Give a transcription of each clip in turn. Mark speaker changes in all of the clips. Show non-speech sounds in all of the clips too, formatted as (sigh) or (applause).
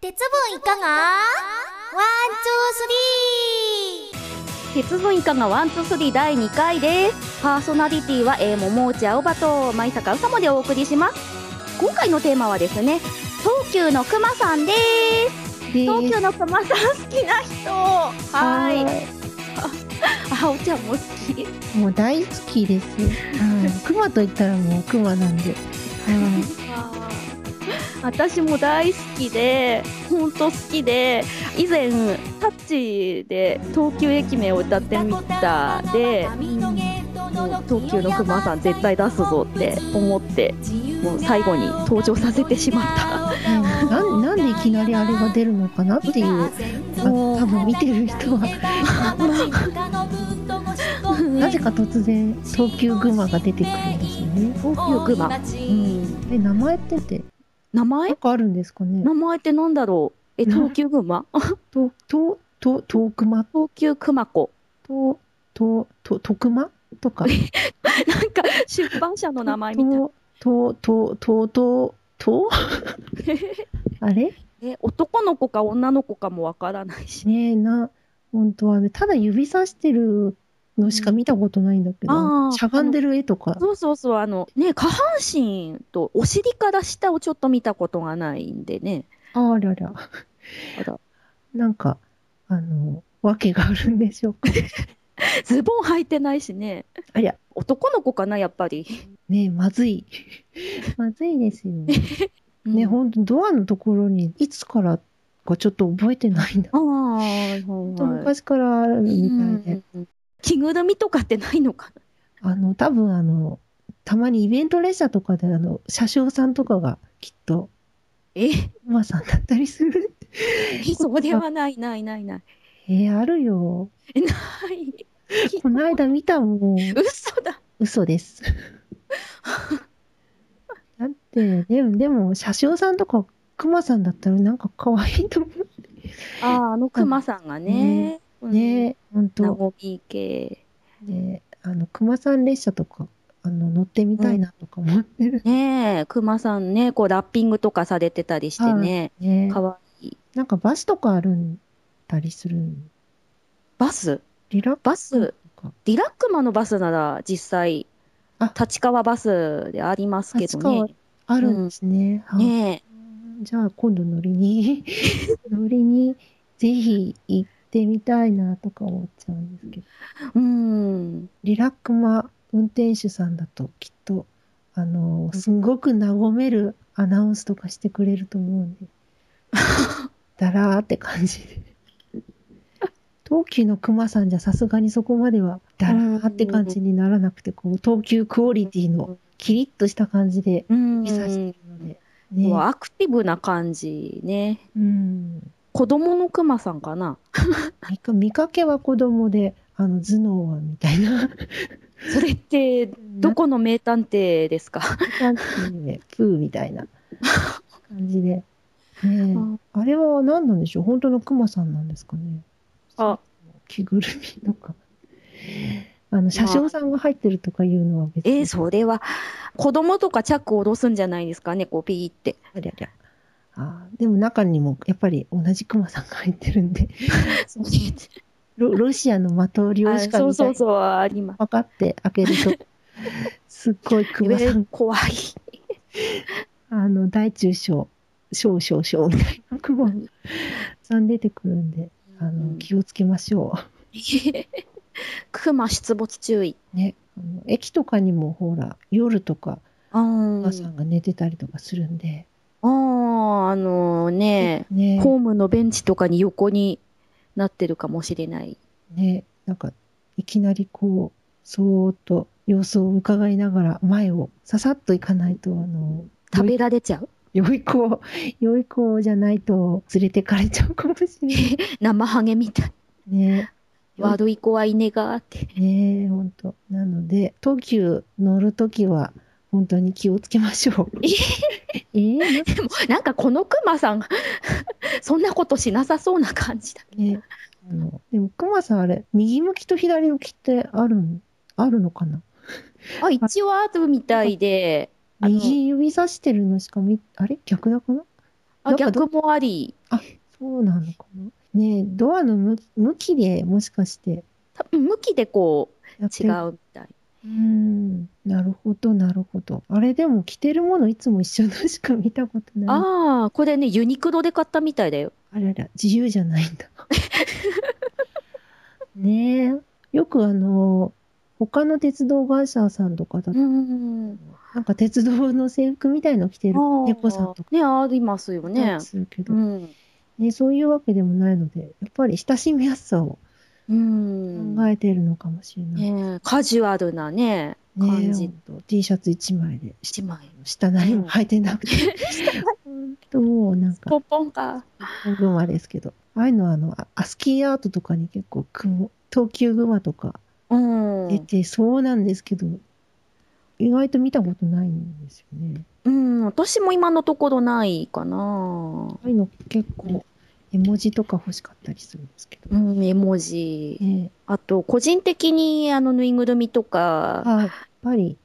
Speaker 1: 鉄分いかがワン、ツー、ス
Speaker 2: 鉄分以下がワンツースリー第2回ですパーソナリティは、えー、桃内青葉と舞坂うさもでお送りします今回のテーマはですね東急のくまさんです東急のくまさん好きな人はいあおちゃんも好き
Speaker 3: もう大好きです。
Speaker 2: (laughs)
Speaker 3: はい。熊と言ったらもう熊なんで。は
Speaker 2: 私も大好きで本当好きで以前タッチで東急駅名を歌ってみたでもう東急のくまさん絶対出すぞって思ってもう最後に登場させてしまった
Speaker 3: い。うんなんなんでいきなりあれが出るのかなっていう。あ
Speaker 2: もう
Speaker 3: 多分見て
Speaker 2: (laughs)
Speaker 3: る人はなぜか突然東急グマが出てくるんですよね。
Speaker 2: 東急グマ、うん、
Speaker 3: え名前ってて
Speaker 2: 名
Speaker 3: なん
Speaker 2: 前
Speaker 3: かあるんですかね。
Speaker 2: 名前ってなんだろうえ東急グマ
Speaker 3: ととととクマ
Speaker 2: 東急熊子
Speaker 3: ととととクマとか。
Speaker 2: なんか出版社の名前みたい
Speaker 3: とととと
Speaker 2: (laughs)
Speaker 3: とあれ
Speaker 2: え男の子か女の子かもわからないし
Speaker 3: ねえな本当はねただ指さしてるのしか見たことないんだけど、
Speaker 2: うんあー
Speaker 3: しゃがんでる絵とか
Speaker 2: そうそうそう、あの、ね、下半身とお尻から下をちょっと見たことがないんでね。
Speaker 3: あありゃりゃ
Speaker 2: あら
Speaker 3: なんかあの訳があるんでしょうか
Speaker 2: ズボン履いてないしね。
Speaker 3: ありゃ
Speaker 2: 男の子かな、やっぱり。
Speaker 3: ねえまずい (laughs) まずいですよね
Speaker 2: (laughs)
Speaker 3: ね
Speaker 2: うん
Speaker 3: 本当ドアのところにいつからかちょっと覚えてないな
Speaker 2: ああ、はい
Speaker 3: ほんと
Speaker 2: はい。
Speaker 3: 昔からあるみたいで、
Speaker 2: うん着ぐるみとかってないのかな。
Speaker 3: あの多分あのたまにイベント列車とかであの車掌さんとかがきっと
Speaker 2: え、
Speaker 3: 馬さんだったりする
Speaker 2: そうではない、ない、ない、ない。
Speaker 3: えーあるよ
Speaker 2: えない。
Speaker 3: この間見たもん。
Speaker 2: 嘘だ。
Speaker 3: 嘘です。だって、でも、でも、車掌さんとか、クマさんだったら、なんか可愛いと思
Speaker 2: ああ、あのクマさんがね。
Speaker 3: うね。
Speaker 2: う
Speaker 3: 本
Speaker 2: ん。な
Speaker 3: 当
Speaker 2: ごみ系。
Speaker 3: で、あの、クマさん列車とか、あの、乗ってみたいなとか思ってる
Speaker 2: ねえ、クマさんね、こうラッピングとかされてたりしてね。
Speaker 3: ね。
Speaker 2: かわいい。
Speaker 3: なんかバスとかあるんだりするん
Speaker 2: バス
Speaker 3: リラッ
Speaker 2: バス、
Speaker 3: か
Speaker 2: ディラックマのバスなら実際
Speaker 3: あ、
Speaker 2: 立川バスでありますけどね。
Speaker 3: あるんですね。はい
Speaker 2: ね
Speaker 3: じゃあ、今度乗り
Speaker 2: (laughs)
Speaker 3: に、乗りに、ぜひ行ってみたいなとか思っちゃうんですけど。
Speaker 2: え。うん。
Speaker 3: リラックマ運転手さんだときっとあのすごく和めるアナウンスとかしてくれると思
Speaker 2: (laughs)
Speaker 3: うんでだらーって感じで東急の熊さんじゃさすがにそこまではだらーって感じにならなくてこう東急クオリティのキリッとした感じで
Speaker 2: うん。
Speaker 3: 見させてるので、
Speaker 2: こう
Speaker 3: ね
Speaker 2: アクティブな感じね。
Speaker 3: うん、
Speaker 2: 子供のクマさんかな。
Speaker 3: 見か見かけは子供であの頭脳はみたいな
Speaker 2: それって、どこの名探偵ですか
Speaker 3: なんていうね、プーみたいな感じで。ねえ
Speaker 2: うん
Speaker 3: あれは何なんでしょう本当のクマさんなんですかね
Speaker 2: あ、
Speaker 3: 着ぐるみとか。あの、車掌さんが入ってるとかいうのは別
Speaker 2: え
Speaker 3: に。
Speaker 2: ー、それは、子供とかチャックを下ろすんじゃないですかね、こうピー (laughs) って。
Speaker 3: ありゃりゃあーでも中にもやっぱり同じクマさんが入ってるんで、ロロシアの的
Speaker 2: あ
Speaker 3: 漁師か
Speaker 2: そう
Speaker 3: みた
Speaker 2: そ
Speaker 3: いうに
Speaker 2: そう、あります。
Speaker 3: パカって開ける
Speaker 2: (laughs)
Speaker 3: と、すっごいクマ
Speaker 2: え
Speaker 3: さん
Speaker 2: ー、怖い。
Speaker 3: あの、大中小、小小小みたいな雲 (laughs) がさん出てくるんで、あ
Speaker 2: う
Speaker 3: の、
Speaker 2: ん
Speaker 3: 気をつけましょ
Speaker 2: クマ出没注意。
Speaker 3: う。ね。あの駅とかにもほら、夜とか、
Speaker 2: あ
Speaker 3: お
Speaker 2: ー
Speaker 3: 母さんが寝てたりとかするんで、
Speaker 2: あー、あのね、
Speaker 3: ね。
Speaker 2: ホームのベンチとかに横になってるかもしれない。
Speaker 3: ね。なんか、いきなりこう、そーっと様子を伺いながら前をささっと行かないと、あの、
Speaker 2: 食べられちゃう。
Speaker 3: 良い子を、良い子じゃないと連れてかれちゃうかもし
Speaker 2: (laughs)
Speaker 3: れない。
Speaker 2: 生ハゲみたい。
Speaker 3: ね。
Speaker 2: 悪い子はいねがーって。
Speaker 3: ねえ、本当。なので、東急乗るときは、本当に気をつけましょう。 (laughs) ええ
Speaker 2: でも、なんかこのクマさん、 (laughs) そんなことしなさそうな感じだ。
Speaker 3: ねあのでも、熊さん、あれ、右向きと左向きってあるん、あるのかな
Speaker 2: あ、一応あるみたいで、あの
Speaker 3: 右指さしてるのしか見、あれ逆だかな
Speaker 2: あ逆もあり。
Speaker 3: あ、そうなのかな。ねえ、ドアの向向きでもしかして
Speaker 2: 多分向きでこう
Speaker 3: やっ
Speaker 2: 違
Speaker 3: て
Speaker 2: うみたい。
Speaker 3: うーん、なるほど、なるほど。あれでも着てるものいつも一緒のしか見たことない。あ
Speaker 2: ああ、これね、ユニクロで買ったみたいだよ。
Speaker 3: らら、自由じゃないんだ。 (laughs) ねえ。よくあの、他の鉄道会社さんとかだと、
Speaker 2: ん。
Speaker 3: なんか鉄道の制服みたいの着てる猫さんとか
Speaker 2: ね、ありますよね。
Speaker 3: するけ
Speaker 2: う
Speaker 3: ど、
Speaker 2: ん。
Speaker 3: ね、そういうわけでもないので、やっぱり親しみやすさを
Speaker 2: うん。
Speaker 3: 考えてるのかもしれない。ね
Speaker 2: ねカジュアルなね、
Speaker 3: え
Speaker 2: 感じ。
Speaker 3: ほんと T シャツ一枚で、
Speaker 2: 一枚。
Speaker 3: 下何も履いてなくて。うんと、もうなんか、
Speaker 2: ポンポンか。
Speaker 3: 群馬ですけど。ああいうのは、あの、あアスキーアートとかに結構、雲、東急グマとか
Speaker 2: うん。
Speaker 3: 出てそうなんですけど、意外と見たことないんですよね。
Speaker 2: うん、私も今のところないかな。
Speaker 3: ああいうの結構、絵文字とか欲しかったりするんですけど。
Speaker 2: うん、絵文字。
Speaker 3: ね
Speaker 2: あと、個人的に、あの、ぬいぐるみとか、
Speaker 3: あやっぱり、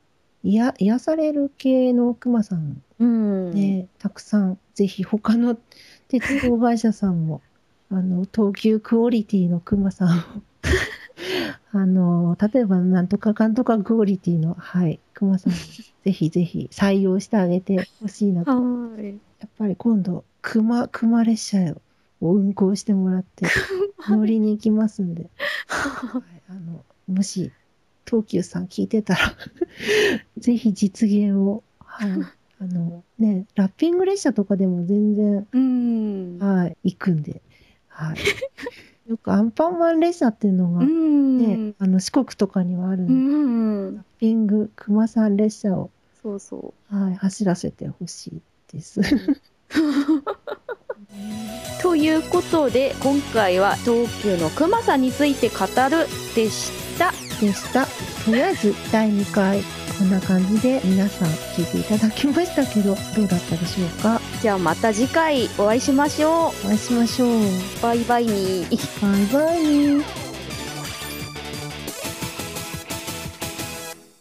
Speaker 3: いや、癒される系のクマさん
Speaker 2: うん。
Speaker 3: ね、たくさん、ぜひ他の鉄道会社さんも、 (laughs) あの、東急クオリティのクマさんを、 (laughs) あの、例えばなんとかかんとかクオリティの、はい、クマさん、ぜひぜひ採用してあげてほしいなと。
Speaker 2: はい。
Speaker 3: やっぱり今度、クマ、クマ列車を運行してもらって、乗りに行きます
Speaker 2: (laughs)
Speaker 3: んで、はい、あの、もし、東急さん聞いてたら、 (laughs) ぜひ実現を、
Speaker 2: (laughs)
Speaker 3: はい、あの、ね、ラッピング列車とかでも全然、
Speaker 2: うん。
Speaker 3: はい、行くんで、はい。
Speaker 2: (laughs)
Speaker 3: よくアンパンマン列車っていうのが
Speaker 2: う
Speaker 3: ね、
Speaker 2: ん。
Speaker 3: あの、四国とかにはある
Speaker 2: う
Speaker 3: んで、
Speaker 2: ん
Speaker 3: ラッ。ピング、熊さん列車を、
Speaker 2: そうそう。
Speaker 3: はい、走らせてほしい
Speaker 2: (laughs)
Speaker 3: です。
Speaker 2: ということで今回は東急の熊さんについて語るでした
Speaker 3: でした。とりあえず第2回こんな感じで皆さん聞いていただきましたけどどうだったでしょうか
Speaker 2: じゃあまた次回お会いしましょ
Speaker 3: お会いしましょう。
Speaker 2: うバイバイに
Speaker 3: バイバイ。